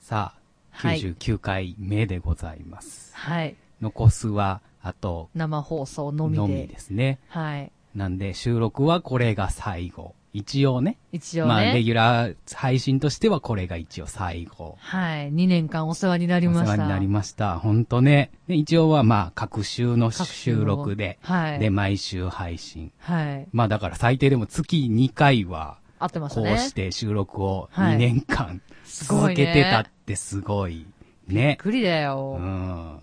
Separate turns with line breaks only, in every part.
さあ、
はい
99回目でございます。
はい。
残すは、あと、
生放送の
の
みで。
みですね。
はい。
なんで、収録はこれが最後。一応ね。
一応ね。
まあ、レギュラー配信としてはこれが一応最後。
はい。2年間お世話になりました。
お世話になりました。ほんとね。で一応はまあ、各週の
各週の
収録で、
はい。
で、毎週配信。
はい。
まあ、だから最低でも月2回は、
合ってました
こ
ね。
うして収録を
はい
2年間
すご
続
いね
けてたってすごいね。
びっくりだ
う
よ。
ん。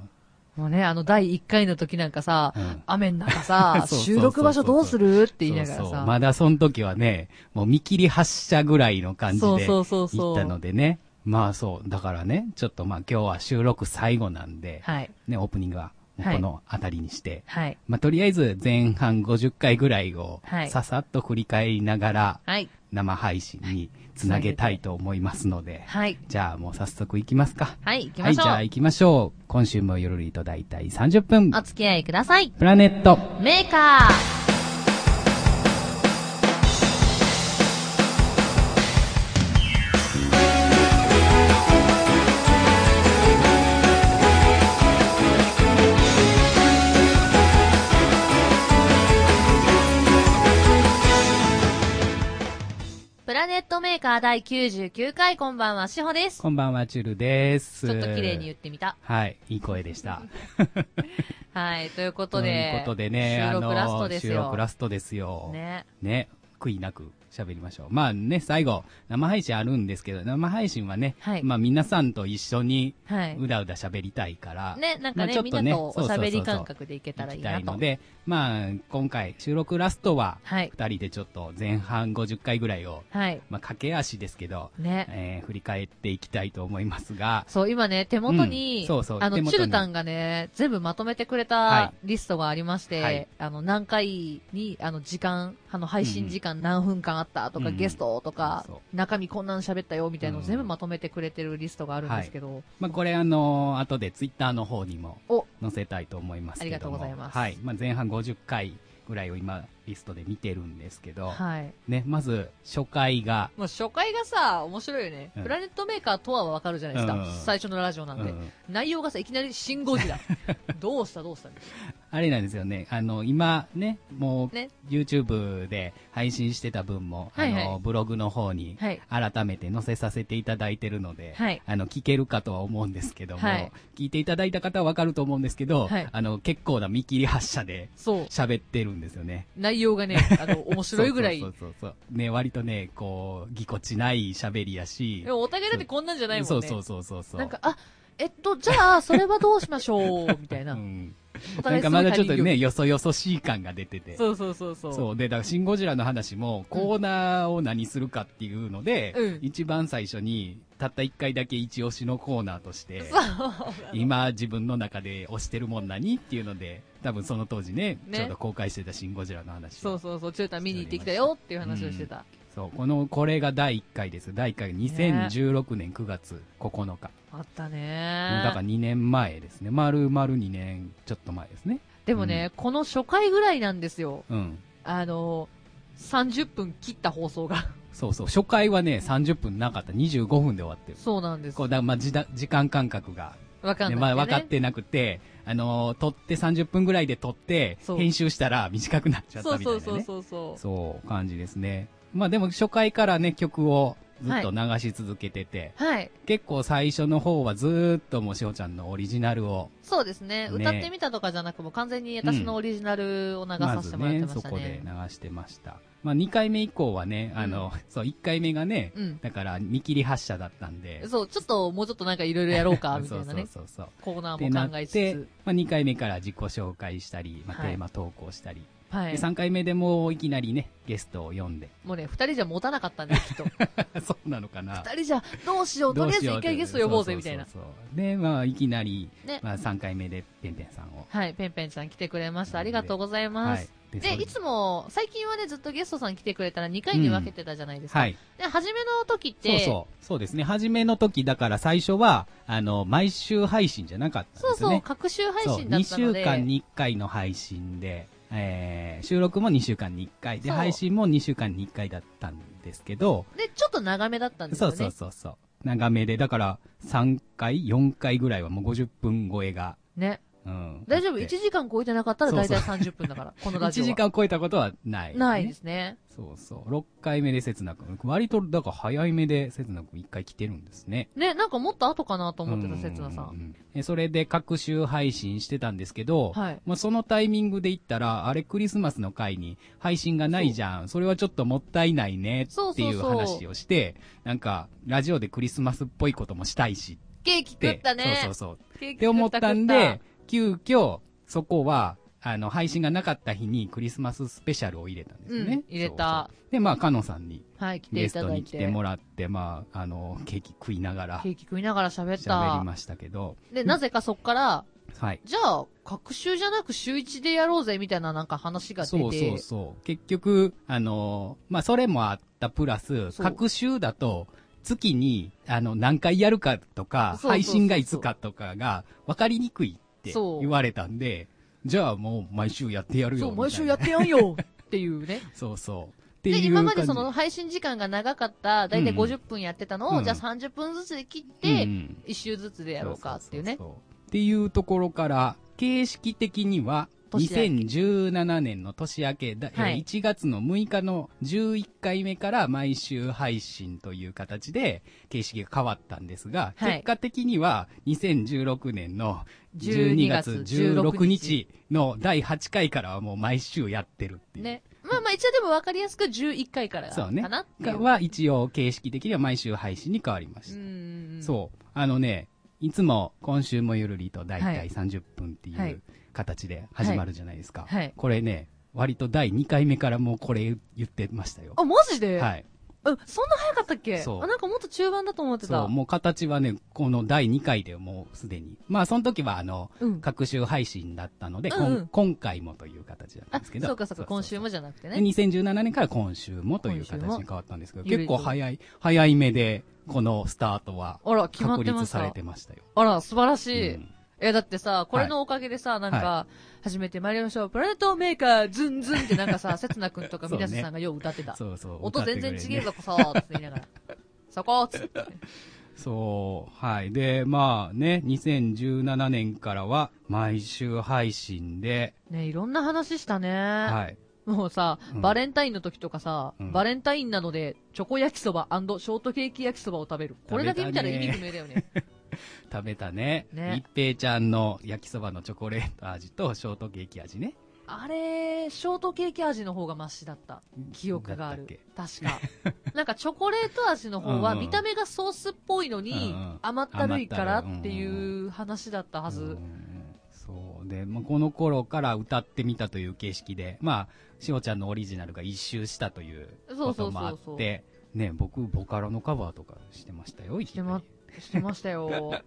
もうね、あの、第1回の時なんかさ、
うん、
雨の中さ
そうそうそうそう
収録場所どうするって言いながらさ。
そうそうまだその時はね、もう見切り発車ぐらいの感じで
そう
行
そ
っ
うそうそう
たのでね。まあそう、だからね、ちょっとまあ今日は収録最後なんで、
はい。
ね、オープニングはもうこの辺りにして、
はい。
まあとりあえず前半50回ぐらいを
はい
ささっと振り返りながら
はい。
生配信につなげたいと思いますので、
はい。
じゃあもう早速行きますか。
はい、行き
は
ま
い、
し
じ
ょう。
ゃあ行きましょう。今週もよるりと大体30分。
お付き合いください。
プラネット。
メーカープラネットメーカー第99回、こんばんは、しほです。ち
こんばんは、チュルです。
ょっと綺麗に言ってみた。
はい、いい声でした。
はい、ということ
と
で
い。うことでね、
収録ラストですよ。
収録ラストですよ。ね。
ね。
悔いなく喋りましょう。まあね、最後、生配信あるんですけど、生配信はね、
はい
まあ皆さんと一緒に、
はい。
うだうだ喋りたいから、
ね、なんか
まあ
ね、
ちょっ
みん
と
な
ね
とおしゃべり感
そう
覚でいけた
行
らい
き
い
た
ない
の
と。
で、まあ今回、収録ラストは、
はい。
二人でちょっと前半50回ぐらいを、
はい。
まあ駆け足ですけど、
ね。
えー振り返っていきたいと思いますが、
そう、今ね、手元に、
うんそうそう
あの
手、元
チ
に
ュルタンがね、全部まとめてくれ
は
たリストがありまして、
はい
あの、何回に、あの、時間、あの、配信時間何分間あったとか、
うん
ゲストとか
そう、
中身こんなん喋ったよ、みたいなのを
うん
全部まとめてくれてるリストがあるんですけど、
まあ、これあの後でツイッターの方にも
お
載せたいと思いますけども
ありがとうございます
はい。まあ、前半50回ぐらいを今、リストで見てるんですけど、
はい。
ね、まず、初回が、
もう初回がさ、面白いよね。
うん
プラネットメーカーとはわかるじゃないですか。
うん
最初のラジオなんで。
うん
内容がさ、いきなりシンゴ ジラ。どうしたどうしたみたい
あれなんですよね、あの、今ね、もう、
ね
YouTube で配信してた分も、
はいはい
あの、ブログの方に、
なはい。
改めて載せさせていただいてるので、
はい
あの、聞けるかとは思うんですけども、
はい
聞いていただいた方はわかると思うんですけど、
はい
あの、結構な見切り発車で
そう。
喋ってるんですよね。
内 容がね、あの、面白いぐらい。
そうそうそうそうそうね、割とね、こう、ぎこちない喋りやし。
でもお互いだってこんなんじゃないもんね。
そうそうそうそうそう。
なんか、あ、えっ と、じゃあ、それはどうしましょう、みたいな
う。ん。
お
なん
互い
か
すご
ま
い
だちょっと
他人行
ね、
儀。
よそよそしい感が出てて。う。
そうそうそうそう。
そう。で、だから、シン・ゴジラの話も、コーナーを何するかっていうので、
うん
一番最初に、たった一回だけ一押しのコーナーとして、
そう
今自分の中で推してるもん何っていうので、多分その当時ね、
ね
ちょうど公開してたシン・ゴジラの話を
そうそうそう、チュータン見に行ってきたよっていう話をしてた。
そう、この、これが第1回です。第1回、2016年9月9日。
あっ
だ
た
から
ね。
2年前ですね。丸々2年ちょっと前ですね。
でもね、この初回ぐらいなんですよ。
うん。
あの、30分切った放送が。
そうそう。初回はね、30分なかった。25分で終わってる。
そうなんです
こ。うだまあ、時だ時間間隔が、
わかん
ね
ない。
まあ、分かってなくて、あのー撮って30分ぐらいで撮って、
そう
編集したら短くなっちゃった
そ
み
う
たいな
そ
ね。
うそうそうそう。
そう、感じですね。まあでも初回からね、曲をずっと流し続けてて、
はい。
結構最初の方はずーっともうしほちゃんのオリジナルを、
そうです
ね
ね。歌ってみたとかじゃなく、もう完全に私のオリジナルを流させてもらってまし
そ
た
こで
ね。
流してました。まあ2回目以降はね、あの、そう、1回目がね、
うん。
だから見切り発車だったんで、
そう、ちょっと、もうちょっとなんかいろいろやろうか、みたいなね。
そうそうそうそう。
コーナ
って
ー
な
も考
っ
えつ
て
つ。、
まあ、2回目から自己紹介したり、まあ、
はい
テーマ投稿したり、
はい
で。3回目でもういきなりね、ゲストを呼んで、
もうね、二人じゃ持たなかったんだよ、きっと。
そうなのかな。
二人じゃ、どうしよう、
ど
と
う
りあ
し
えず
よう
一回ゲスト呼ぼうぜ、みたいな。
そうそうそうそうで、まあ、いきなり、
ね
まあ、3回目で、ペンペンさんを。
はい、ペンペンちゃん来てくれました。ありがとうございます。。
で
で、いつも、最近はね、ずっとゲストさん来てくれたら2回に分けてたじゃないですか。
はい。
で、初めの時っ
そう
て、
そう。そうですね。初めの時、だから最初は、あの、毎週配信じゃなかったん
そう
ですよ
そう、
ね。
各週配信だった
そ
の
う、2
で、
週間に1回の配信で、えー、収録も2週間に1回で、
そう
配信も2週間に1回だったんですけど、
で、ちょっと長めだったんです
そ
よ
う
ね。
そうそうそう。長めで、だから3回、4回ぐらいはもう50分超えが。
ね。
うん。
大丈夫
あっ
?1
て
時間超えてなかったら
そう
大
そう
体30分 だから、このラジ
1
オは。
時間超えたことはない、
ないで。すね。
そうそう。6回目で刹那君。割と、だから早い目で刹那君1回来てるんですね。
ね、なんかもっと後かなと思ってた、せつなさ。
うんん。えそれで各週配信してたんですけど、
はい。
もうそのタイミングで言ったら、あれクリスマスの回に配信がないじゃん。それはちょっともったいないね
そう
って
そう
い
そうう
話をして、なんか、ラジオでクリスマスっぽいこともしたいし
ケーキ
って。
食ったね。
そうそうそう。
ケーキ食
って思ったん
食っ
で、急遽、そこは、あの、配信がなかった日にクリスマススペシャルを入れたんですよね。
うん入れた
そうそうで、まあ、かのさんに
たはい、来て
ゲ
い
ス
た
ト
だ
に
い
来
て。
てもらって、まあ、あの、ケーキ食いながら
ケーキ食いながら喋っ
喋り
た。
ましたけど、
で、なぜかそっから、
はい。
じゃあ、各週じゃなく週1でやろうぜみたいななんか話が出て。
そうそうそう。結局、あのーまあ、それもあったプラス、
そう
各週だと、月に、あの、何回やるかとか、
そうそうそうそう
配信がいつかとかが、分かりにくいって
そう
言われたんで、じゃあもう毎週やってやるよ。
そう毎週
みた
や
い
っ
な
てやんよってい うね。
そうそう。って
で、
いう
今
感
ま
じ
でその、配信時間が長かった、だいたい
うんうん
50分やってたのを、
うん
じゃあ30分ずつで切っ
う
て、
ん
1週ずつでやろうかっていうね。
そそそそうっていうところから、形式的には、
年明
2017年の年明けだ、
はい
1月の6日の11回目から毎週配信という形で形式が変わったんですが、
はい
結果的には2016年の12
12
月
月
16
16
日
日
の第8回からはもう毎週やってるっていう。
ね。まあまあ一応でも分かりやすく11回から
そ
か
うね
なって
が
いう。
は一応形式的には毎週配信に変わりました。
うん。
そう。あのね、いつも今週もゆるりと大
は
体
い
30分って
はいいう
形で始まるじゃないですか。
はい。
これね、割と第2回目からもうこれ言ってましたよ。
あ、マジで
はい。
うん、そんな早かったっけ
そう
あ、なんかもっと中盤だと思って
そ
た
う、。もう形はね、この第2回でもうすでに。まあ、その時はあの、
うん。
各週配信だったので、
うんうん
こん今回もという形だったん
あ
ですけ、ど。
そうかそうか、今週も
じ
じゃなくて
ゃ
ね。
2017年から今週もという
今週
形
も
に変わったんですけど、
ゆる
結
りと
構早い、早い目で、このスタートは
あら、決まっ
確
てま
立
し
され
た
て。ましたよ。
あら、素晴らしい。
うん
え、だってさ、これのおかげでさ、なんか、初めて参りましょう。プラネットメーカー、ズンズンってなんか さ、せつなくんとか
そうね
皆さんがよう歌ってた。
そうそう。
音全然
歌ってくれるね
違えぞ、こそーって言いながら。そこーっつって。
そう、はい。で、まあね、2017年からは毎週配信で、
ね、いろんな話したね。
はい。
もうさ、
うん
バレンタインの時とかさ、
うん
バレンタインなどで、チョコ焼きそばショートケーキ焼きそばを食べる。これだけ見たら意味不明だよね。
食べたね。
ね
一平ちゃんの焼きそばのチョコレート味とショートケーキ味ね。
あれ、ショートケーキ味の方がマシだった。記憶があ
だっ
る
たっ。
確か。 なんかチョコレート味の方は
うんうん
見た目がソースっぽいのに
うんうん
甘ったるいから
甘ったるい
っていう話だったは
うんうんう
ず
ん。そう。で、まあ、この頃から歌ってみたという形式で、まあ、しおちゃんのオリジナルが一周したという
そう
こ
そ
と
う
もあ
そ
っ
うそう。
て、ね、僕、ボカロのカバーとかしてましたよ、
してましてました よ。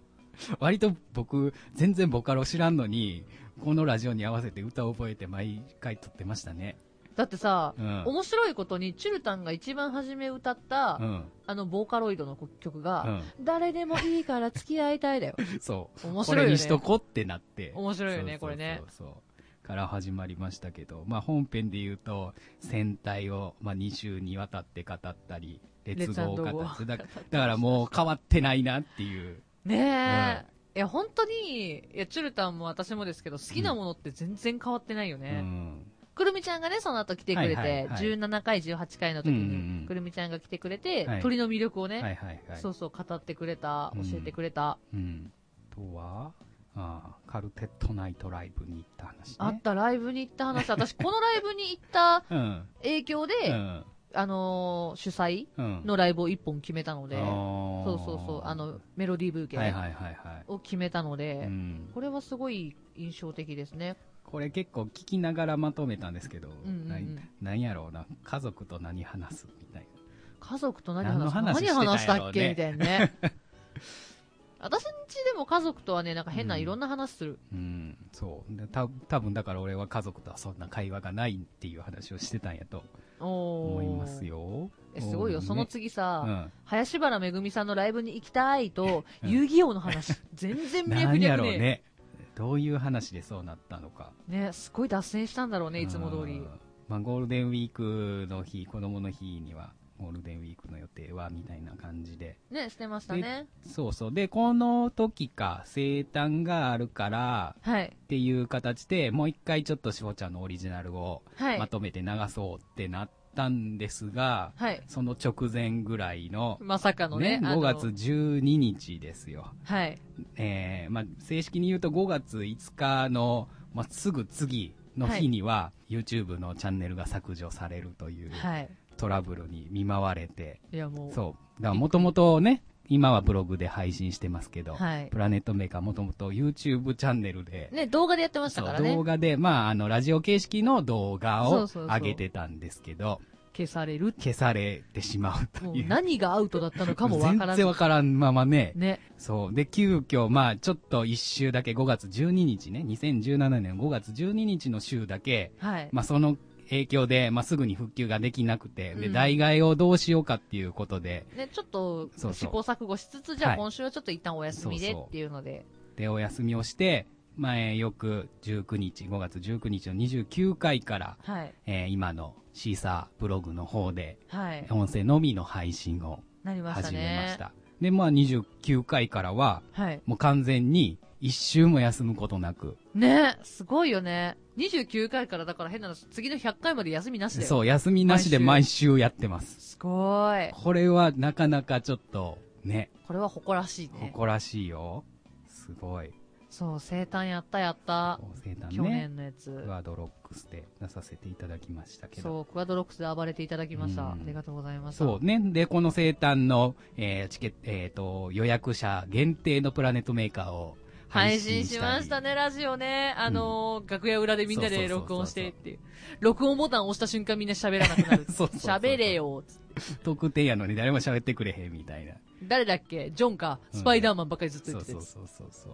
割と僕、全然ボカロ知らんのに、このラジオに合わせて歌を覚えて毎回撮ってましたね。
だってさ
う、ん。
面白いことにチュルタンが一番初め歌った
う、ん。
あのボーカロイドの曲
う
が、
ん。
誰でもいいから付き合いたいだ よ。
そう。
面
こ
白い
れ
よ
に
ね。
しとこってなって。
面白いよね
そうそうそう
これね。
そうそう。から始まりましたけど、まあ本編で言うと、戦隊を、まあ2週にわたって語ったり、列語を語ったり、だだからもう変わってないなっていう。
ねえ。いや、本当に、いや、チュルタンも私もですけど、好きなものって全然変わってないよ
う
ね。
ん。
くるみちゃんがね、その後来てくれて、
はいはいはい
17回、18回の時に、
うんうんうん
くるみちゃんが来てくれて、
はい
鳥の魅力を
は
ね、
いはいはい。
そうそう語ってくれた、
うん
教えてくれた。
うん。あとは、ああ、カルテットナイトライブに行った話ね。
あった、ライブに行った 話、私、このライブに行った
うん。
影響で、
うん。
あのー主催
うん。
のライブを1本決めたので、
そ
そうそうそう、あの、メロディーブーケ
はいはいはいは
を決めたので、
い、うん、
これはすごい印象的ですね。
これ結構聞きながらまとめたんですけど、
うんうんうん
ななんやろうな家族と何話すみたい
家族と何
何の
話す
話してたんやろうね
何話したっけみたいな ね。私んちでも家族とはね、なんか変な
うん
いろんな話する。
な、うん、そうでた多分だから俺は家族とはそんな会話がないっていう話をしてたんやと
お
思
ー
いますよ
えすごいよ、
うん
その次さ、
うん、
林原めぐみさんのライブに行きたいと、
うん
遊戯王の話、全然
な
脈
んや
略
ろう
ね。
ねどういう話でそうなったのか
ね、すごい脱線したんだろうね、いつも通
う
り
ん。まあ、ゴールデンウィークの日子供の日にはゴールデンウィークの予定は、みたいな感じで。
ね、してましたね。
そうそう。で、この時か、生誕があるから、
はい。
っていう形で、もう一回ちょっとしほちゃんのオリジナルを
はい。
まとめて流そうってなったんですが、
はい。
その直前ぐらいの、
まさかのね
ね、。
あ
5
の
月。12日ですよ。
はい。
えーまあ、正式に言うと5月5日の、まあ、すぐ次の日には、YouTube のチャンネルが削除されるという
はい。
トラブルに見舞われて、
いや、もう。
そう。だからもともとね、今はブログで配信してますけど、
はい
プ。ラネットメーカーもともと YouTube チャンネルで、
ね、動画でやってました
そう
から
動
ね。
画で、まあ、あの、ラジオ形式の動画
そう
を
そうそう
上げてたんですけど、
消されるって。
消されてしまうと
もう
いう。
何がアウトだったのかもわから
全然
ん。
わからんままね、
ね。
そう。で、急遽、まあ、ちょっと一週だけ、5月12日ね、2017年5月12日の週だけ、
はい。
まあ、その影響で、まあ、すぐに復旧ができなくて、
う
で、
ん
代替えをどうしようかっていうことで、
ね、ちょっと
そうそう
試行錯誤しつつ、じゃ
は
あ
い
今週はちょっと一旦お休みで
そうそう
っていうので。
で、お休みをして、まあ、えーよく19日、5月19日の29回から、
はい。
えー今のシーサーブログの方で、
はい。
音声のみの配信を
なりました
始めまし
ね。
た。で、まあ、29回からは、
はい。
もう完全に、一週も休むことなく、
ね、すごいよね。29回からだから変なの、次の100回まで休みなしで。
そう、休みなしで毎
毎
週やってます。
すごい。
これはなかなかちょっと、ね、
これは誇らしいね。
誇らしいよ。すごい。
そう、生誕やったやった。
こう生誕
去
ね。
年のやつ
ク。アドロックスで出させていただきましたけど。
そう、クアドロックスで暴れていただきました。
うん
ありがとうございました。
そうね。で、この生誕の、えーチケット、えっ、と、予約者限定のプラネットメーカーを配
配
信
信
し
したま
り。
したね、ラジオね。あのー楽屋裏でみんなで録音してっていう。録音ボタンを押した瞬間みんな喋らなくなる
そうそうそう
喋れよ。つって
特典やのに誰も喋ってくれへんみたいな。
誰だっけジョンか。
うん
スパイダーマンばっかりずっと
そ
言っ
う
て
そう
た
そうそうそう。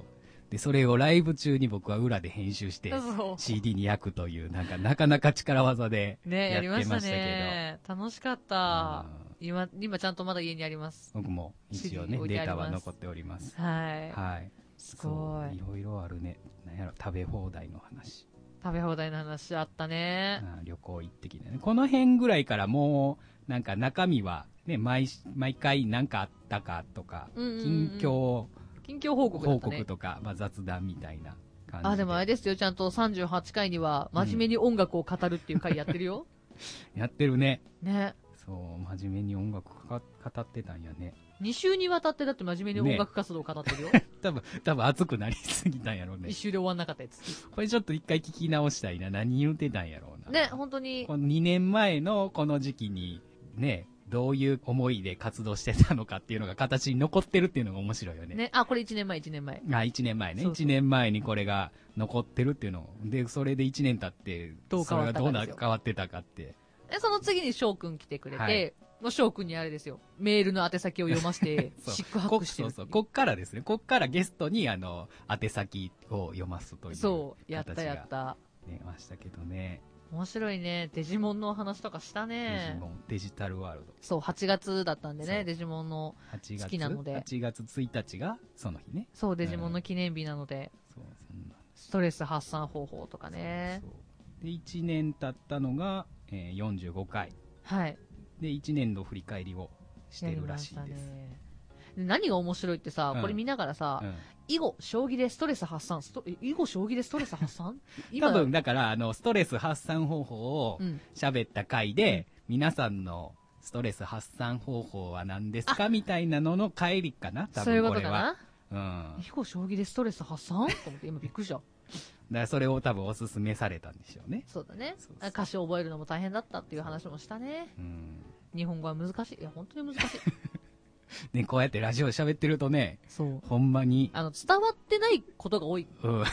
で、それをライブ中に僕は裏で編集して
やつ。、そ
CD に焼くという、なんか、なかなか力技で
う。
や
ね、や
って
り
ま
ま
し
したた
けど
ね。楽しかっ
あ
た。
ー
今、今ちゃんとまだ家にあります。
僕も一応ね
CD 置い
デー
てあり
タ
ます
は残っております
はい。
はい
すご
そうい
い。
ろいろあるねなんやろ食べ放題の話
食べ放題の話あったね。
あー旅行行ってきてねこの辺ぐらいからもうなんか中身はね毎し毎回何かあったかとか
うんうんうん
近況
近況報告だ
報
ったね
告。とかまあ雑談みたいな感じ
あ、でもあれ
で
ですよ、ちゃんと38回には、真面目に音楽を語るっていう回やってる よ。
やってるね
ね。
そう真面目に音楽か語ってたんやね
2週にわたってだって真面目に音楽活動を語ってるよ。
多分多分熱くなりすぎたんやろうね
一週で終わんなかったやつ。
これちょっと一回聞き直したいな何言うてたんやろうな
ね、本当に。
この2年前のこの時期に、ね、どういう思いで活動してたのかっていうのが形に残ってるっていうのが面白いよね。
ね、あ、これ1年前、1年前。
あ、1年前ね。
そうそう
1年前にこれが残ってるっていうのを。で、それで1年経って、
どう変わったか
それがどう
です
な
よ
変わってたかって。
で、その次に翔くん来てくれ
はい
て、もう翔くんにあれですよ、メールの宛先を読ませて
、そう
シックハッ
こ
クして
そ
る
う。そう。こっからですね。こっからゲストに、あの、宛先を読ますという。
そう、やったやっ。た。
出ましたけどね。
面白いね。デジモンのお話とかした
デジ
ね
モ。ンデジタルワールド。
そう、8月だったんで
そう
ね、デジモンの。
8月。
好きなので
8月1日が、その日ね。
そう、デジモンの記念日なので、
そう、そんな。
ストレス発散方法とかね
そ。うそうで1年経ったのが、えー45回
はい。
で1年の振り返りをして
やり
るら
ま
しい
た
です、
ね。で何が面白いってさ、
うん
これ見ながらさ、
うん
囲碁、将棋でストレス発散。ストえ囲碁、将棋でストレス 発散今
多分だからあのストレス発散方法を
うん。
喋った回で、皆さんのストレス発散方法は何ですかみたいなのの帰りかな多
そういう
分
こ
ことれ
か
は
な
う、ん、だか
囲碁、将棋でストレス発散と思って、今びっくりした。
らそれを多分おすすめされたんでしょうね、
そうだね
そうそう
あ歌詞を覚えるのも大変だったっていう話もしたね。
うん
日本語は難しい。いや、本当に難 しい。
ね、こうやってラジオで喋ってるとね
そう。
ほんまに、
あの、伝わってないことが多い。
うん、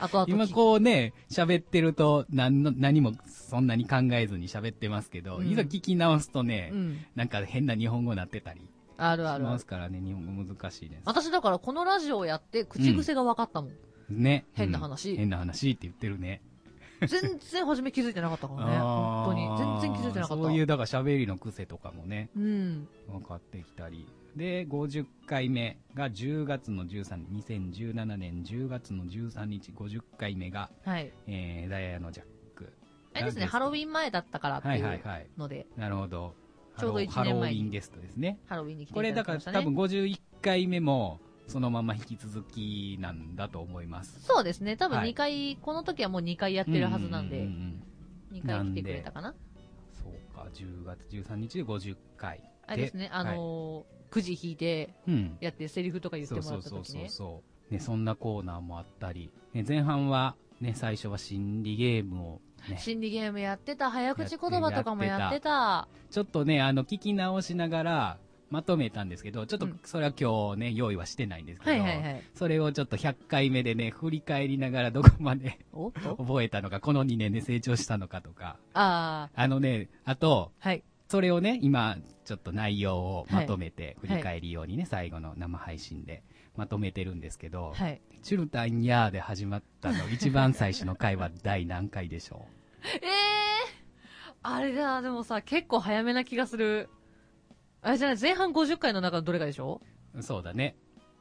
あとあと。
今こうね、喋ってると何の、何もそんなに考えずに喋ってますけど、
うん
いざ聞き直すとね、
うん。
なんか変な日本語になってたりし
あるあるあ
ま
る
す。からね、日本語難しいです。
私だからこのラジオをやって口癖が分かったもん。
ね。
変な
う
話
ん変な話って言ってるね。
全然初め気づいてなかったからね。
あー
本当に。全然気づいてなかった。
そういう、だから喋りの癖とかもね、
うん。
分かってきたり。で、50回目が10月の13日、2017年10月の13日、50回目が、
はい。
えー、ダイヤのジャック。
あれですね、
なんか
ハロウィン前だったからって
はいいはいうはい。
ので、
なるほど。ハロ
ちょうど
ー
一年
ハ
前
ロ
に
ウィンゲストですね。
ハロウィンに来て
これ
いた
だ
だ
か
き
ら
ました
多
ね。
分51回目もそのまま引き続きなんだと思います。
そうですね。多分
はい
2回、この時はもう2回やってるはずなん
うう
で
う、ん
2回来てくれたかな。
そうか、10月13日で50回。
あれですね、あのー、くじ引いて
うん。
やってセリフとか言って
そう
もら
そ
っ
う
た
そうそ
時
う
ね。
そう。ね、そんなコーナーもあったり、ね、前半は、ね、最初は心理ゲームを、ね、
心理ゲームやってた、早口言葉とかもやってた。
ちょっとね、あの、聞き直しながら、まとめたんですけど、ちょっと
うん
それは今日ね、用意はしてないんですけど、
はいはいはい。
それをちょっと100回目でね、振り返りながらどこまで
おっと
覚えたのか、この2年で成長したのかとか、
あ
あのね、あと、
あ、はい。
それをね、今、ちょっと内容をまとめて、振り返りようにね、最後の生配信でまとめてるんですけど、
はい。
チュルタンヤーで始まった の、一番最初の回は第何回でしょ
ええあれだ、でもさ、結構早めな気がする。あれじゃない、前半50回の中のどれかでしょ
うそうだね。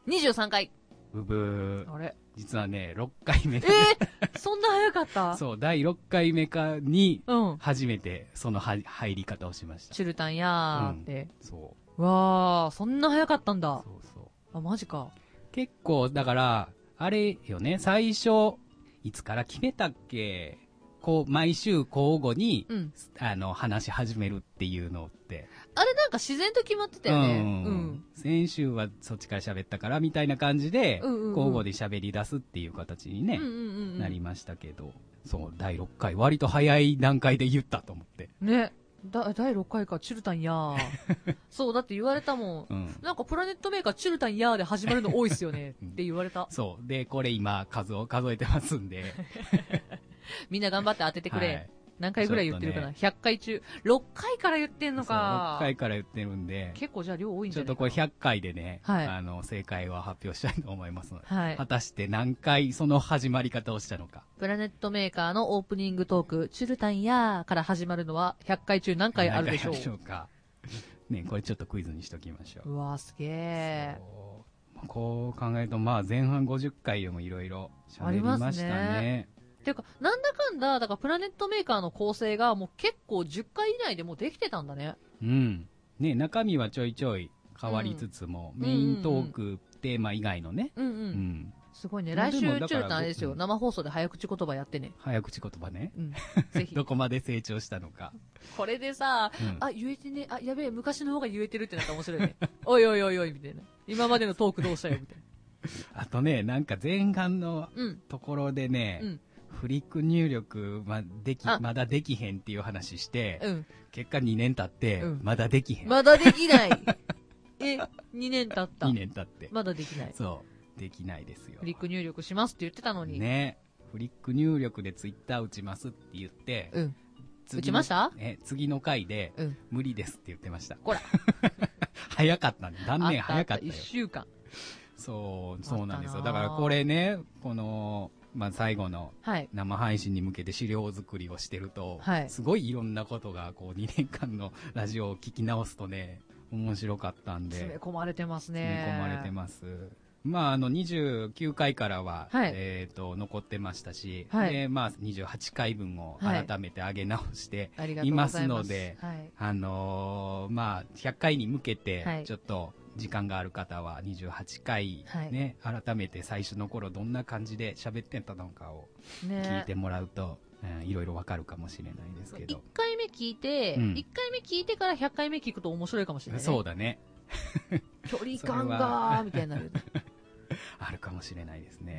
?23 回。
ブブー。
あれ
実はね、6回目
えー、そんな早かった
そう、第6回目かに、
うん。
初めてそのは入り方をしました。
チュルタンやーって。
そう。
わー、そんな早かったん
そう
だ。
そう。
あ、マジか。
結構、だから、あれよね、最初、いつから決めたっけこう、毎週交互に、
うん。
あの、話し始めるっていうのって。
あれなんか自然と決まってたよね。う
うん
ん。
先週はそっちから喋ったから、みたいな感じで、
うんうんうん
交互で喋り出すっていう形にね
うん、うんうん。
なりましたけど、そう、第6回、割と早い段階で言ったと思って。
ね。だ、第6回か、チュルタンやー。 そう、だって言われたもん。
うん。
なんかプラネットメーカーチュルタンやーで始まるの多いっすよね。って言われた。
そう。で、これ今、数を数えてます んで。
みんな頑張って当ててくれ。
はい
何回ぐらい言ってるかな、100回中。6回から言ってんのか
そう6。回から言ってるんで、
結構じゃあ量多いん
ち
じ
ょ
ゃ
っ
な
と
いか
こ
な
れ100回でね、
はい
あの、正解は発表したいと思いますので、
はい
果。たして何回その始まり方をしたのか。
プラネットメーカーのオープニングトーク、チュルタンやーから始まるのは100回中何回あるでしょう
何回あるか。ね、これちょっとクイズにしときましょう。
うわーすげえ。
そうまあこう考えると、まあ前半50回でもいろいろ喋りました
あり
ね。
ていうか、なんだかんだ、だからプラネットメーカーの構成がもう結構10回以内でもうできてたんだね。
うん。ね、中身はちょいちょい変わりつつも、
ん
メイントーク、テーマ以外のね、
うんう
うん
ん。すごいね。来
ま
週、チ
あでもだから
ュルタンあれですよ。
うん
生放送で早口言葉やってね。
早口言葉ね。
うん。ぜひ
ど。こまで成長したのか。
これでさ、
うん
あ、言えてね、あ、やべえ、昔の方が言えてるってなったら面白いね。 おいおいおいおい、みたいな。今までのトークどうしたよ、みたいな。
あとね、なんか前半の
うん。
ところでね、
うん
フリック入力、までき
あ
まだできへんっていう話して、
うん。
結果2年経って、
うん
まだできへん。
まだで きない。え、2年経った
2。年経って、
まだできない。
そう。できないですよ。
フリック入力しますって言ってたのに。
ね。フリック入力でツイッター打ちますって言って、
うん。
次の
打ちました
ね、次の回で、
うん。
無理ですって言ってました。
こら。
早かったね。断念
あた
早かった
あ
よ
1。週間。
そう、
たな
そうなんですよ。だからこれね、この、まあ、最後の
はい。
生配信に向けて資料作りをしてると、
はい
すごいいろんなことが、こう、2年間のラジオを聞き直すとね、面白かったんで、
詰め込まれてます
詰
ね。
め込まれてます。まあ、あの、29回からは、
はい
えっ、と、残ってましたし、
はい
で、まあ、28回分を改めて上げ直して、
ありがとうございます。
いますので
はい。
あのーまあ、100回に向け
は
て
い、
ちょっと、時間がある方は28回ね、改めて最初の頃どんな感じで喋ってたのかを聞い
ね
てもらうと、うんいろいろわかるかもしれないですけ
1
ど。
回目聞いて、
うん
1回目聞いてから100回目聞くと面白いかもしれないね。
そうだね。
距離感
それ
が
は
ー、みたいになる。
あるかもしれないですね。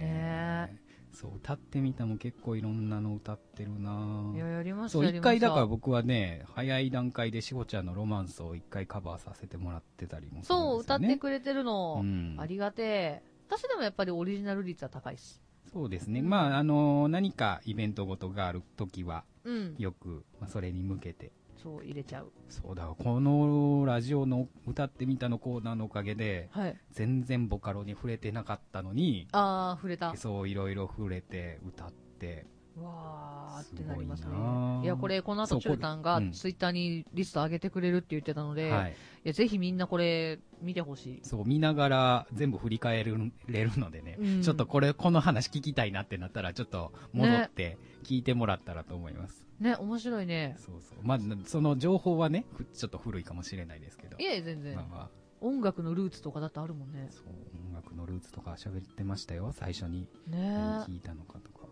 ね
そう、歌ってみたも結構いろんなの歌ってるない
や、やりました
そう、
やり
一
ま
回
した
だから僕はね、早い段階でしほちゃんのロマンスを一回カバーさせてもらってたりもする
そ
ん
う、
です
歌
よ
っ
ね。
てくれてるの。
うん
ありがてえ。私でもやっぱりオリジナル率は高いし。
そうですね。まあ、あの何かイベントごとがあるときは、
うん。
よく、まあ、それに向けて。
そう、入れちゃう。
そうだ、このラジオの歌ってみたのコーナーのおかげで、
はい。
全然ボカロに触れてなかったのに、
あー、触れた。
そう、いろいろ触れて、歌って、
わーって
す
な
ご
り
い
ま
な
すね。いや、これ、この
そ
後、
う
チュータンが
これうん
ツイッターにリスト上げてくれるって言ってたので、、
はいい、
や、ぜひみんなこれ、見てほしい。
そう見ながら全部振り返れるれるのでね、
うん
ちょっとこれこの話聞きたいなってなったらちょっと戻って聞いてもらったらと思います、
ね、面白いね。
そうそうまあその情報はねふちょっと古いかもしれないですけど
いえ、全然
まあ。ま
音楽のルーツとかだってあるもんね
あ。そう音楽のルーツとか喋ってましたよ最初に
ね
何聞いたのかとか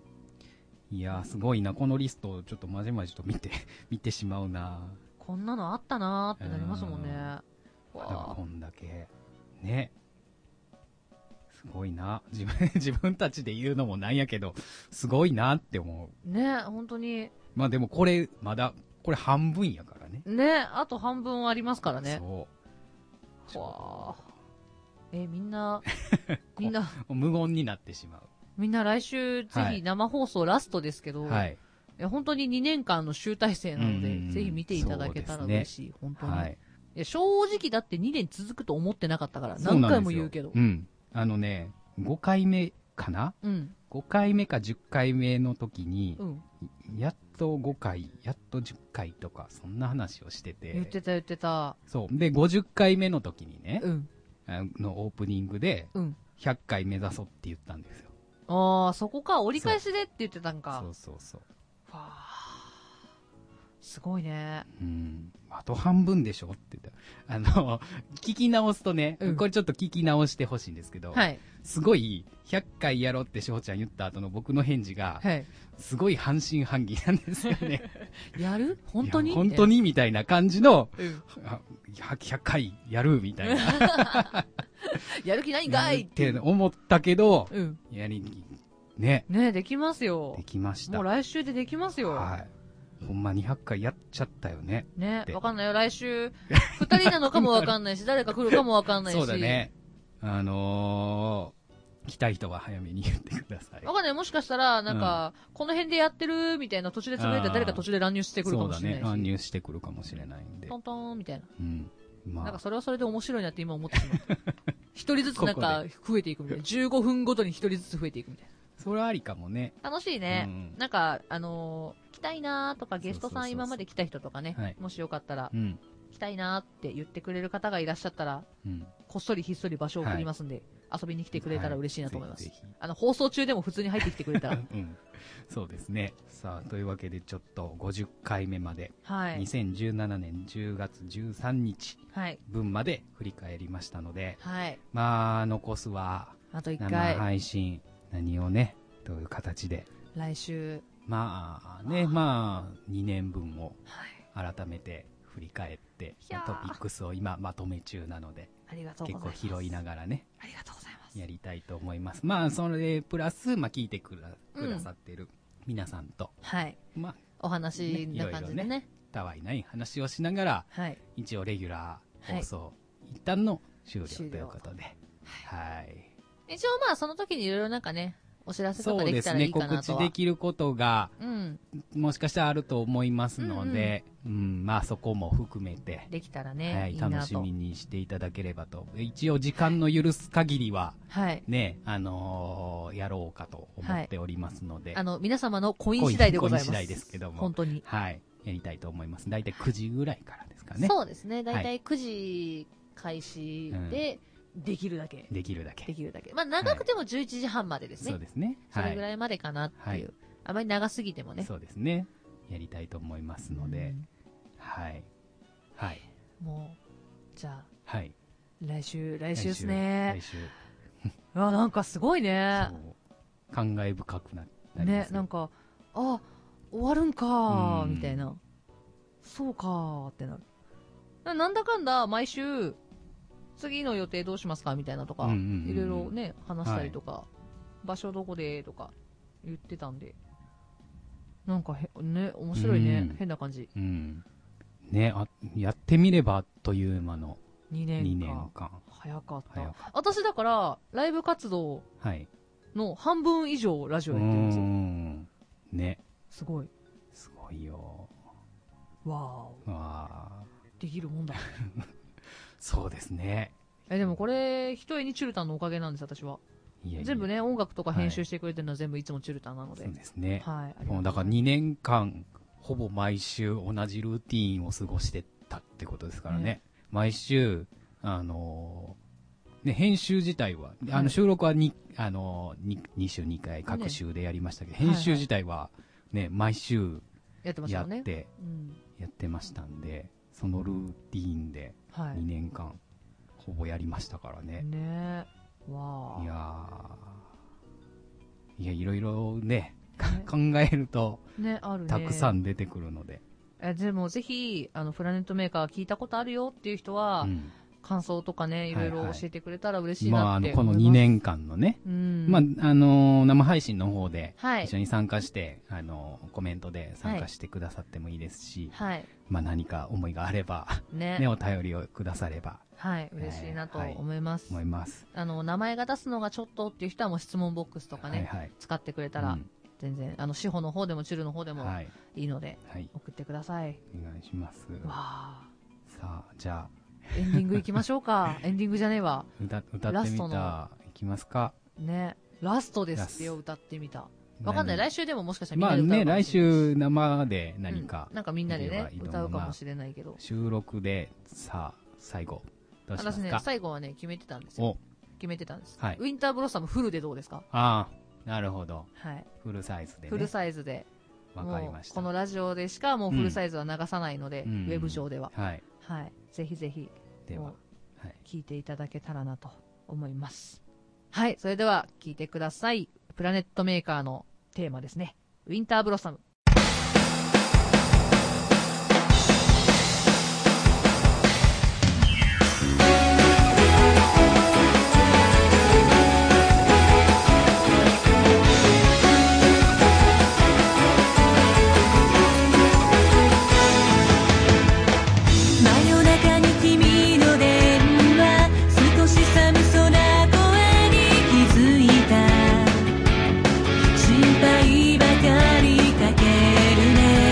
いやーすごいなこのリストをちょっとまじまじと見て 見てしまうな
こんなのあったなーってなりますもんね
うん。だから
わ
こんだけねすごいな自分 自分たちで言うのもなんやけどすごいなって思う
ーね、本当に。
まあでもこれまだこれ半分やからね
ね、あと半分ありますからね。
そうちょ
わーえ、み んな、みんな、
っと無言になってしま
みんな来週、ぜ
は
ひ
い
生放送ラストですけど、
うはい
いや本当に2年間の集大成なの
う
で、
ん
ぜひ見ていただけたら
そうですね
嬉しい、本当に、。
はいい
や、正直だって2年続くと思ってなかったから、
そう
何
な
回
んで
も
すよ
言うけど。
うんあのね5回目かな
うん、
5回目か10回目の時に
う、ん。
やっと5回やっと10回とかそんな話をしてて
言ってた言ってた。
そうで50回目の時にね、
うん、
あのオープニングで
うん。
100回目指そうって言ったんですよ
ああ、そこか、折り返しでって言ってたんか。
そうそうそう
わあすごいね。
うんあと半分でしょって言ったあの聞き直すとね、
うん
これちょっと聞き直してほしいんですけど、
はい。
すごい100回やろうってしほちゃん言った後の僕の返事が、
はい。
すごい半信半疑なんですよね
やる 本当
い
に
や本当にみたいな感じの
うん。
あ 100, 100回やるみたい な
やる気ないんかい
っ。て思ったけど
うん。
やりね
ねできますよ
で。きました
もう来週でできますよ。
はい。ほんま200回やっちゃったよね。
ね
で
わかんないよ。来 週、二人なのかもわかんないし、誰か来るかもわかんないし。
そうだ。ね。あのー、来た人は早めに言ってください。
わかんない。もしかしたら、なんか、この辺でやってるみたいな途中で潰れて
あー
誰か途中で乱入してくるか
そう
も
だ
しれな
ね
い。し。
乱入してくるかもしれないんで
ト。ントンみたいな。
うん。
なんか
ま
それはそれで面白いなって今思ってしま った。一人ずつなんか増えていくみたいな。15分ごとに一人ずつ増えていくみたい
あ、それはありかもね。
な。楽しいね。
うん
なんか、あのー来たいなーとか、ゲス
そ
ト
うそうそ
さ
うそ
ん
う
今まで来た人とかね、
はい
もしよかったら、
うん。
来たいなーって言ってくれる方がいらっしゃったら、
うん。
こっそりひっそり場所を送りますんで、遊びに来てくれたら嬉しいなと思います。
はぜひぜ
あの、放送中でも普通に入ってきてくれ たら。
ひうん。そうですね。さあ、というわけでちょっと50回目まで、
はい。
2017年10月13日
はい。
分まで振り返りましたので、
はい。
まあ、残すは
あと一
生
回、
配信、何をね、どういう形で
来週。
まあね、まあ、2年分を
はい。
改めて振り返って
いや、ー
トピックスを今まとめ中なので、
ありがとうご
結
ざい
構
ます。
拾いな
が
がらね、
ら。ありがとうございます。
やりたいと思います。まあ、それで、プラス、まあ、聞いてくだ
うん
くださってる皆さんと、
はい。
まあ、
お話な感じでね。
ねいろいろたわいない話をしながら、
はい。
一応レギュラ
は
ー
い
放送、一旦の終了と
終了
いうことで、はい。
一応まあ、その時にいろいろなんかね、お知らせと
そ
か
う
で
で
き
す
たらい
ね、
いか
告
なと
知
は。
できることが、
うん。
もしかしたらあると思いますので、うん、まあ、そこも含めて、
できたらね、、
はいい、
いなと。
楽しみにしていただければと。一応時間の許す限りは、
はい。
ね、あのーやろうかと思っておりますので、
あ
はい、
の、皆様のコイン次第でございます。
コイン次第ですけども
本当に。
やりたいと思います。だいたい9時ぐらいからですかね。
そうですね。だいた
はい
9時開始で、できるだけ。
できるだけ。
できるだけ。まあ、長くても11時半までですね。
そうですね。
それぐ
い。
らいまでかなって。
はいいう
あまり長すぎてもね。
そうですね。やりたいと思いますので、
うん
はい。はい。
もう、じゃあ、
はい。
来週、来
来
週ですね
来。週。
うわ、なんかすごいね
そ。う。感慨深くななりま
ね
す、よ
なんか、あ、終わるんか
う
ー、
ん
みたいな。そうかーってなる。ななんだかんだ、毎週、次の予定どうしますかみたいなとか、
うんうんうんうん
いろいろね、話したりとか、場所どこでとか言ってたんで。なんかへ、ね、面白いね
う。ん
変な感じ。
うん。ね、あ、やってみればあっという間の
2
2
年
年
間。
間。
早かっ
早
た
か。
私だから、ライブ活動
はい。
の半分以上ラジオ
う
やってるんですよ。
ん。ね。
すごい。
すごいよ。
わ
あ
ー、できるもんだ。
そうですね。
え、でもこれ、ひとえにチュルタンのおかげなんです、私は。
いやいや
全部ね、音楽とか
はい
編集してくれてるのは全部いつもチルタなので。
そうですね。
はい。ありがとうござい
も
ま
う
す
だから2年間、ほぼ毎週同じルーティーンを過ごしてたってことですからね。
ね
毎週、あのーね、編集自体は、あ
は
の
い
収録はに、あのー、に2週2回、各週でやりましたけど、
はいはい
編集自体はね、毎週
やってました
や
よ
っ
ね。
て、
うん。
やってましたんで、そのルーティーンで
は
2
い。
年間、ほぼやりましたからね。
ねえ。わあ。
いやーいや、いろいろね、
ね
考えると、
ね、あるね。
たくさん出てくるので。
え。でもぜひ、あの、プラネットメーカー聞いたことあるよっていう人は、
うん
感想とかね、いろいろ
はい
教
はい
えてくれたら嬉しい
まあ、
な
あ
っ
の、
て
こ
思い
の
ま
2。
す。
年間のね、
うん。
まあ、あのー生配信の方で、
はい
一緒に参加して、あのーコメントで参加してくださってもいいですし、
はい。
まあ、何か思いがあれば、
ね。
ね、お便りをくだされば、
はい。嬉しいなと
はい
思います。
思います。
あの、名前が出すのがちょっとっていう人はもう質問ボックスとかね、
はいはい。
使ってくれたら、
うん
全然、あの、司法の方でもチュルの方でも
はい。
いいので、
はい。
送ってください。
お願いします。
わあ。
さあ、じゃあ、
エンディングいきましょ うか。エンディングじゃねえわ。
歌、歌っ
ラ
て
ス
み
ト
た
の、
いきますか。
ね。ラストですよ、
ラス
歌ってみた。わかんない。
何
来週でももしかした
まあ
らみんなで歌う
ね、
かも
来
しれないし
週生で何か
うん、なんかみんなで
見れ
ね
ばいいと思う
歌うかもしれないけど
収録で、さあ、最後、どうしま
私
す
ね
か
最後はね決めてたんですよ
お、
決めてたんです、
はい
ウィンターブロッサムフルでどうですか
ああ、なるほど。
はい、
フルサイズでね。
フルサイズで
わかりまし
も
た。
うこのラジオでしかもうフルサイズは流さないので、
うん
ウェブ上では、
はい。
はいぜひぜひ
では
も、
はい。
聞いていただけたらなと思いますはいそれでは聞いてくださいプラネットメーカーのテーマですねウィンターブロッサム
「真夜中に君の電話」「少し寒そうな声に気づいた」「心配ばかりかけ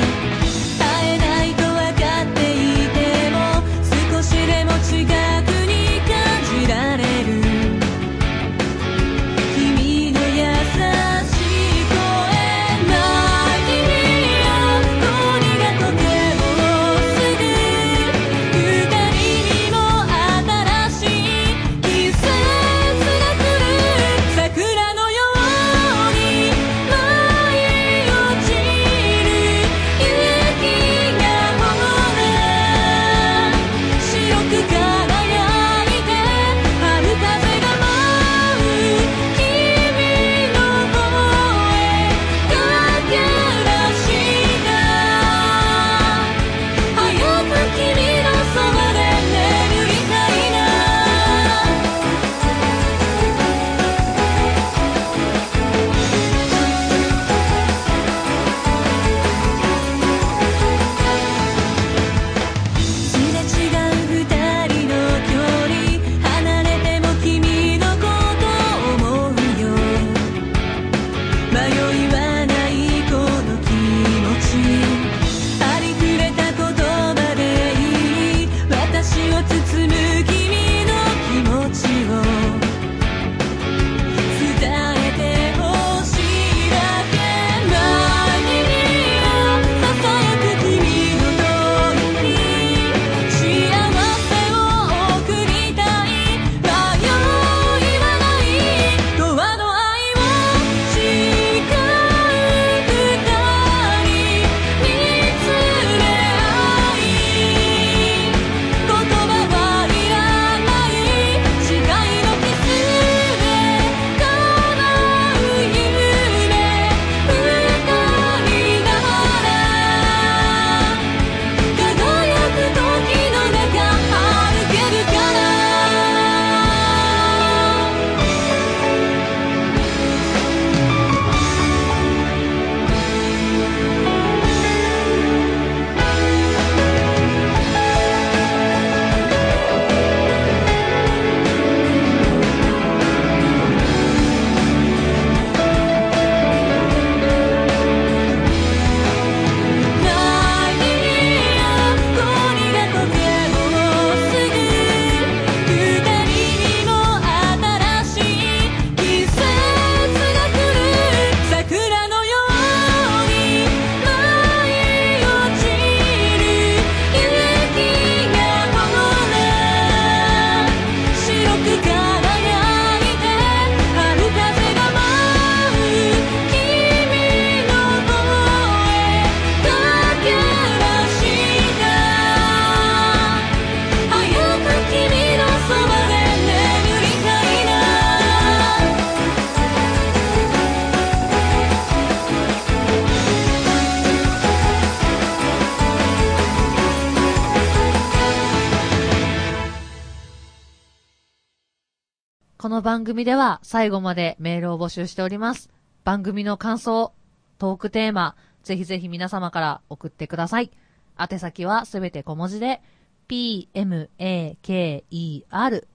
この番組では最後までメールを募集しております。番組の感想、トークテーマ、ぜひぜひ皆様から送ってください。宛先はすべて小文字で、pmaker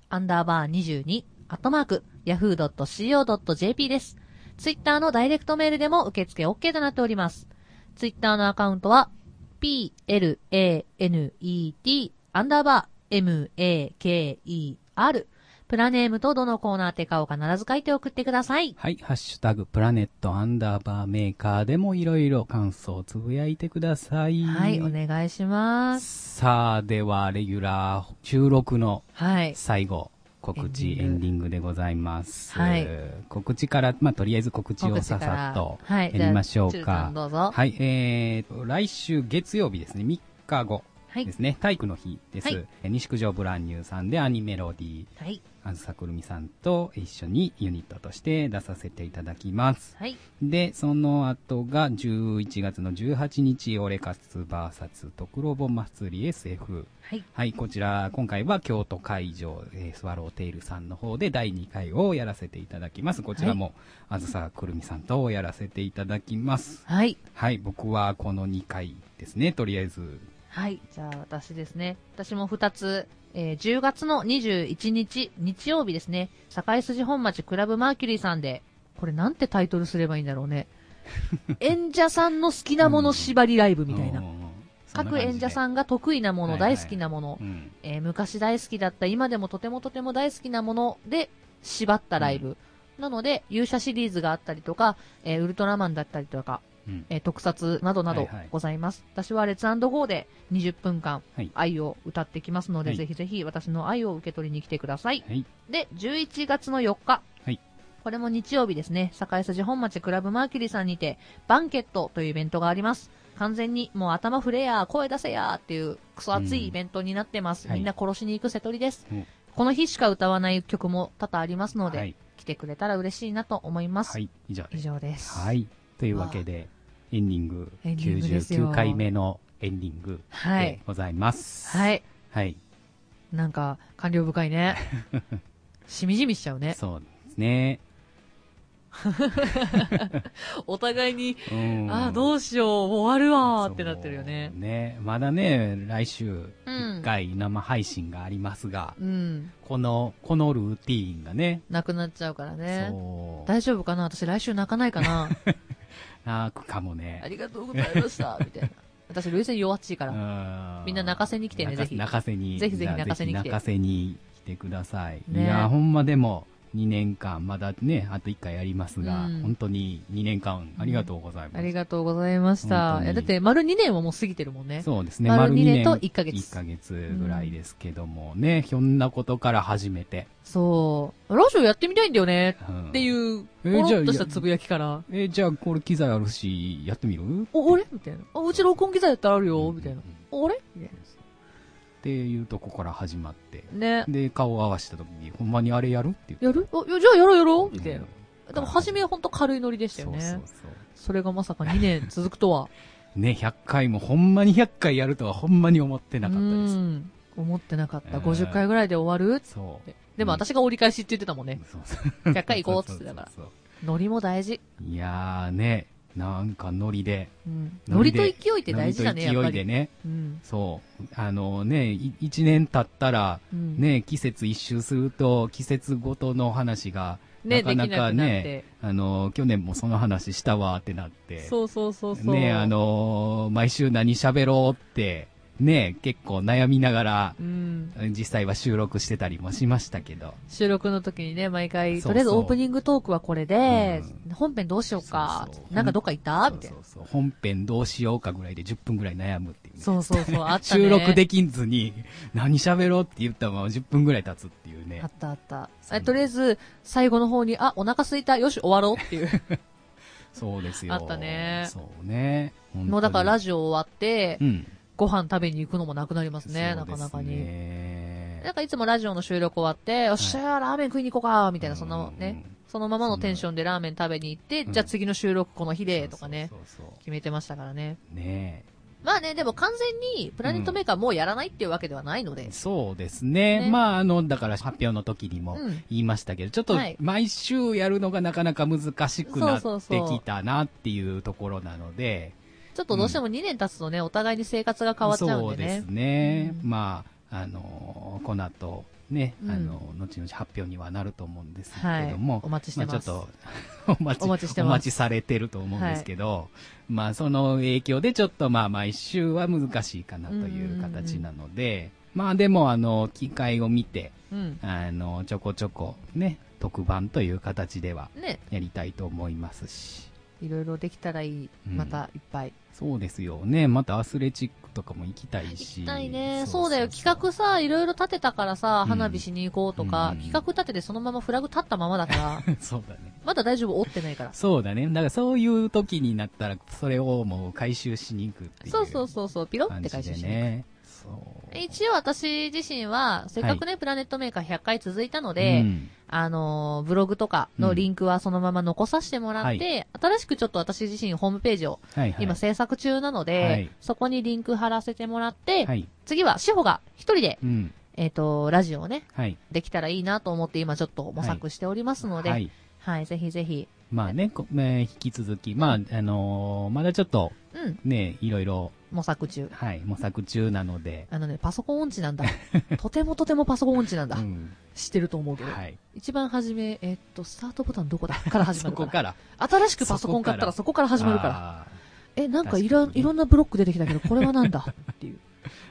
アンダーバー22アットマーク yahoo.co.jp です。ツイッターのダイレクトメールでも受付 OK となっております。ツイッターのアカウントは、planet アンダーバー maker プラネームとどのコーナーてかを必ず書いて送ってください。
はい、ハッシュタグ、プラネットアンダーバーメーカーでもいろいろ感想をつぶやいてください。
はい、お願いします。
さあ、では、レギュラー収録の
はい。
最後、告知、
エ
エ
ン
ン
デ
ディングでございます。
はい
告知から、まあ、とりあえず告知をささっと
告知からはい
やりましょう
じゃあチュルさ
か
ん。どうぞ。
はい、えーと、来週月曜日ですね、3日後
はい
で。すね、体育の日です。
はい
え西九条ブランニューさんでアニメロディー、
はい。
あずさくるみさんと一緒にユニットとして出させていただきます。
はい。
で、その後が11月の18日、オレカツ VS とくろぼ祭り SF。
はい。
はい、こちら、今回は京都会場、えースワローテイルさんの方で第2回をやらせていただきます。こちらも、あずさくるみさんとやらせていただきます。
はい。
はい、僕はこの2回ですね、とりあえず。
はい。じゃあ私ですね。私も2つ。えー10月の21日、日曜日ですね。堺筋本町クラブマーキュリーさんで、これなんてタイトルすればいいんだろうね。 演者さんの好きなもの縛りライブみたいな。各演者
ん
さんが得意なもの、
はいはい
大好きなもの、
な感じで。うん
えー昔大好きだった、今でもとてもとても大好きなもので縛ったライブ。なので、勇者シリーズがあったりとか、えーウルトラマンだったりとか、
うん
えー特撮などな
は
ど
いはい
ございます。私はレッツゴーで20分間
はい
愛を歌ってきますので、
はい
ぜひぜひ私の愛を受け取りに来てください。
はい、
で、11月の4日。
はい
これも日曜日ですね。堺筋本町クラブマーキュリーさんにて、バンケットというイベントがあります。完全にもう頭振れや、声出せやっていうクソ熱いイベントになってます。
うんはい
みんな殺しに行く瀬戸りです。
うん
この日しか歌わない曲も多々ありますので、
はい、
来てくれたら嬉しいなと思います。
はい、以上で
以
す。
上です。
は。い、というわけで、エンディング
エンディングですよ
99回目のエンディング
は
で
い。
ございます。、
はいい。
はい、
なんか、感慮深 いね。しみじみしちゃうね。
そうですね。
お互いに、
うん
ああ、どうしよう、もう終わるわーってなってるよね
そう。ねまだね、来週、
うん
1回生配信がありますが、
うん。
この、このルーティーンがね、
なくなっちゃうからね。
そう、
大丈夫かな私来週泣かない かな
泣くかも
あ
ね。
りがとうございました。みたいな。私、累戦弱っちいから。み
み
んな泣かせに来てねぜひ
泣かせに。
ぜひぜ
じ
ひ
ゃあ
泣かせに来て
ぜひ泣かせに来てください。
ね
いや、ほんまでも、2年間、まだね、あと1回やりますが、
うん
本当に2年間、ありがとうございます。
ありがとうございました
本当。に
いや、だって、丸2年はもう過ぎてるもんね。
そうですね、
丸
丸
二
2
年
年
と一ヶ月
1ヶ月ぐらいですけどもね、ひょんなことから始めて。
そう。ラジオやってみたいんだよね。
うん
っていう、ポ
えーじゃあ
ロっとしたつぶやきから、
えーじゃあこれ機材あるし、やってみる
お、あれみたいな。あ、うち録音機材やったらあるよ、みたいな
うん。うん
あれみたい
っていうとこから始まって。
な。ね。
で、顔を合わせた時に、ほんまにあれやるって言って。
やるあ、いやじゃあやろうやろうみたい
うん
な。でも、初めはほんと軽いノリでした
そ
よ
うそう
ね。
そう。
それがまさか2年続くと は。
ね、100回もほんまに100回やるとはほんまに思ってなかったです。
うん。思ってなかった。
うん
50回ぐらいで終わる
そう。
でも私が折り返しって言ってたもんね。
そうそう。
100回行こうっつってたから。
そうそう
ノリも大事。
そう。いやーね、なんかノリで。
うん。ノ
ノ
リ
リ
と
で
勢いって大事だね、やっ
ノ
ぱ
リと勢いで
り。
ね。
うん。
そう。あのね、1年経ったら、
うん。
ね、季節一周すると、季節ごとの話が、
ね、
なか
できな
な
くな
か
っ
ね
て。、
あの、去年もその話したわってなって。
そうそうそうそう。
ねあ、の、毎週何喋ろうって、ね、結構悩みながら、
うん。
実際は収録してたりもしましたけど。
収録の時にね、毎回、
そうそう
とりあえずオープニングトークはこれで
う、
本編どうしようか
そうそ、う
なんかどっか行った
そ
み
う
たい
そ
な
う。そう。本編どうしようかぐらいで10分ぐらい悩むっていうね、
そうそうそう、あったね。
収録できんずに、何喋ろうって言ったまま10分ぐらい経つっていうね
あ。ったあった。えとりあえず、最後の方に、あ、お腹空いた、よし、終わろうっていう。
そうですよ。
あったね
そうね。
もうだからラ
ジ
ジオ終わって、
うん。
ご飯食べに行くのもなくなりますね、
そ
な
うで
か
す
なかに。
ね
なんかいつもラジオの収録終わって、よっしゃー、ラーメン食いに行こうか、みたいな、そんなね、そのままのテンションでラーメン食べに行って、
うん
じゃあ次の収録この日
うん
で、とかね
そ、うそうそうそ
決めてましたからね。
うね
まあね、でも完全にプラネットメーカーもうやらないっていうわけではないので。
そうですね。
ね
まあ、あの、だから発表の時にも
うん
言いましたけど、ちょっと
はい
毎週やるのがなかなか難しくなっ
そうそう
て
そう
きたなっていうところなので、
ちょっとどうしても2年経つとね、お互いに生活が変わっちゃう
そうん
で
で
ね
す。ね。
うん
まあ、あの、この後、ね、
うん
あの、後々発表にはなると思うんですけども、
はいお待ちしてます
あ、ちょっと、お 待ち、
お待ちしてます
お待ちされてると思うんですけど、まあ、その影響でちょっと、まあ、毎週は難しいかなという形なので、まあ、でも、あの、機会を見て、
うん。
あの、ちょこちょこ、ね、特番という形では
ね、
やりたいと思いますし、
いろいろできたらいい。
うん
またいっぱい。
そうですよね。またアスレチックとかも行きたいし。
行きたいね。そうだよ。企画さ、いろいろ立てたからさ、
うん
花火しに行こうとか、
うん
企画立ててそのままフラグ立ったまま だから、
画。そうだね。
まだ大丈夫折ってないから。
そうだね。だからそういう時になったら、それをもう回収しに行くっていう。
そうそうそうそう、ピロっ
感
て
じ
回収
で
してね。
ね。そう。
一応私自身は、せっかくね、プラネットメーカー100回続いたので、
うん
あのーブログとかのリンクはそのまま残させてもらって、
うんは
新しくちょっと私自身ホームページを
はいはい。
今制作中なので、
はい
そこにリンク貼らせてもらって、
はい。
次は志保が一人で、
うん。
えっ、と、ラジオをね、
はい。
できたらいいなと思って今ちょっと模索しておりますので、は、
はいい。
ぜひぜひ、
まあね、こね引き続き、まあ、あのーまだちょっと、
うん、
ね、いろいろ、
模索中。
はい、模索中なので、
あのね、パソコン音痴なん だ。とてもとてもパソコン音痴なんだ。
うん。
知ってると思うけど。
はい。
一番初め、えっと、スタートボタンど こだから始
そ
まるか
こ
ら。
から。
新しくパソコン買ったらそこから始まるから。
ら。
え、なんかいろ
確かにね
いろんなブロック出てきたけど、これはなんだっていう。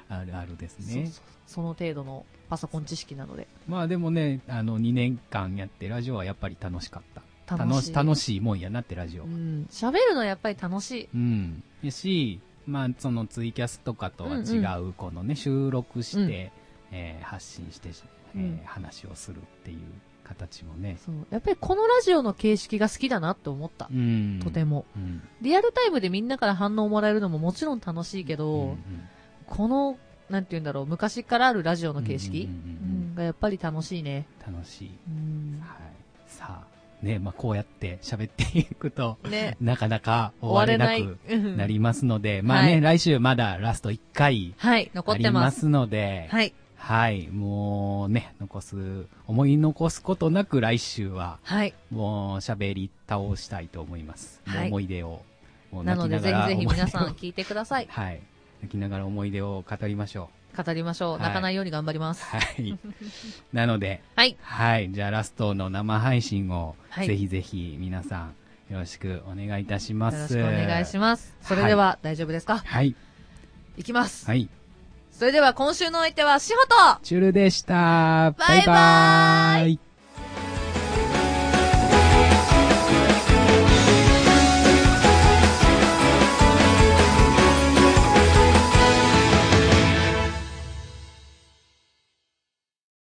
あるあるです
そう
ね
そう。その程度のパソコン知識なので。
まあでもね、あの、2年間やって、ラジオはやっぱり楽しかった。
楽しい。
楽しいもんやなって、ラジオ
う
は。
ん。喋るのやっぱり楽しい。
うん。やし、まあ、そのツイキャスとかとは違う、このね、収録して、
うん
えー発信して、え
うん
ー話をするっていう形もね。
そう。やっぱりこのラジオの形式が好きだなって思った
う。ん。
とて
も。
も。
うん。
リアルタイムでみんなから反応もらえるのももちろん楽しいけど、
うん
この、なんて言うんだろう、昔からあるラジオ
う
の
ん
形式、
うんう
う
んうん
んがやっぱり楽しいね。
うん楽しい。
うん。
はい。さあ、ね、まあ、こうやって喋っていくと、
ね。
なかなか終わ
終
れ
わ
な
れ
く
ない。
なりますので、まあね、
はい
来週まだラスト1回
はい、残
あ
って
り
ま。
ますすので、
はい。
はい、もうね、残す、思い残すことなく来週は、
はい。
もう喋り倒したいと思います。
はい
思い出を。もう
な
泣
の
き
で、
な
ぜ
がら
ひぜひ
思い出を。
皆さん聞いてください
はい。泣きながら思い出を語りましょ
語りましょう。
はい
泣かないように頑張ります。
う。はい。 なので、
はい。
はい。じゃあラストの生配信を、
はい
ぜひぜひ皆さん、よろしくお願いいたしま
よろし
す。
くお願いします。それでは、大丈夫ですか
はい。
いきます。
はい。
それでは、今週のお相手は、しほと
チュルでした。
バイバーイ
バイバーイ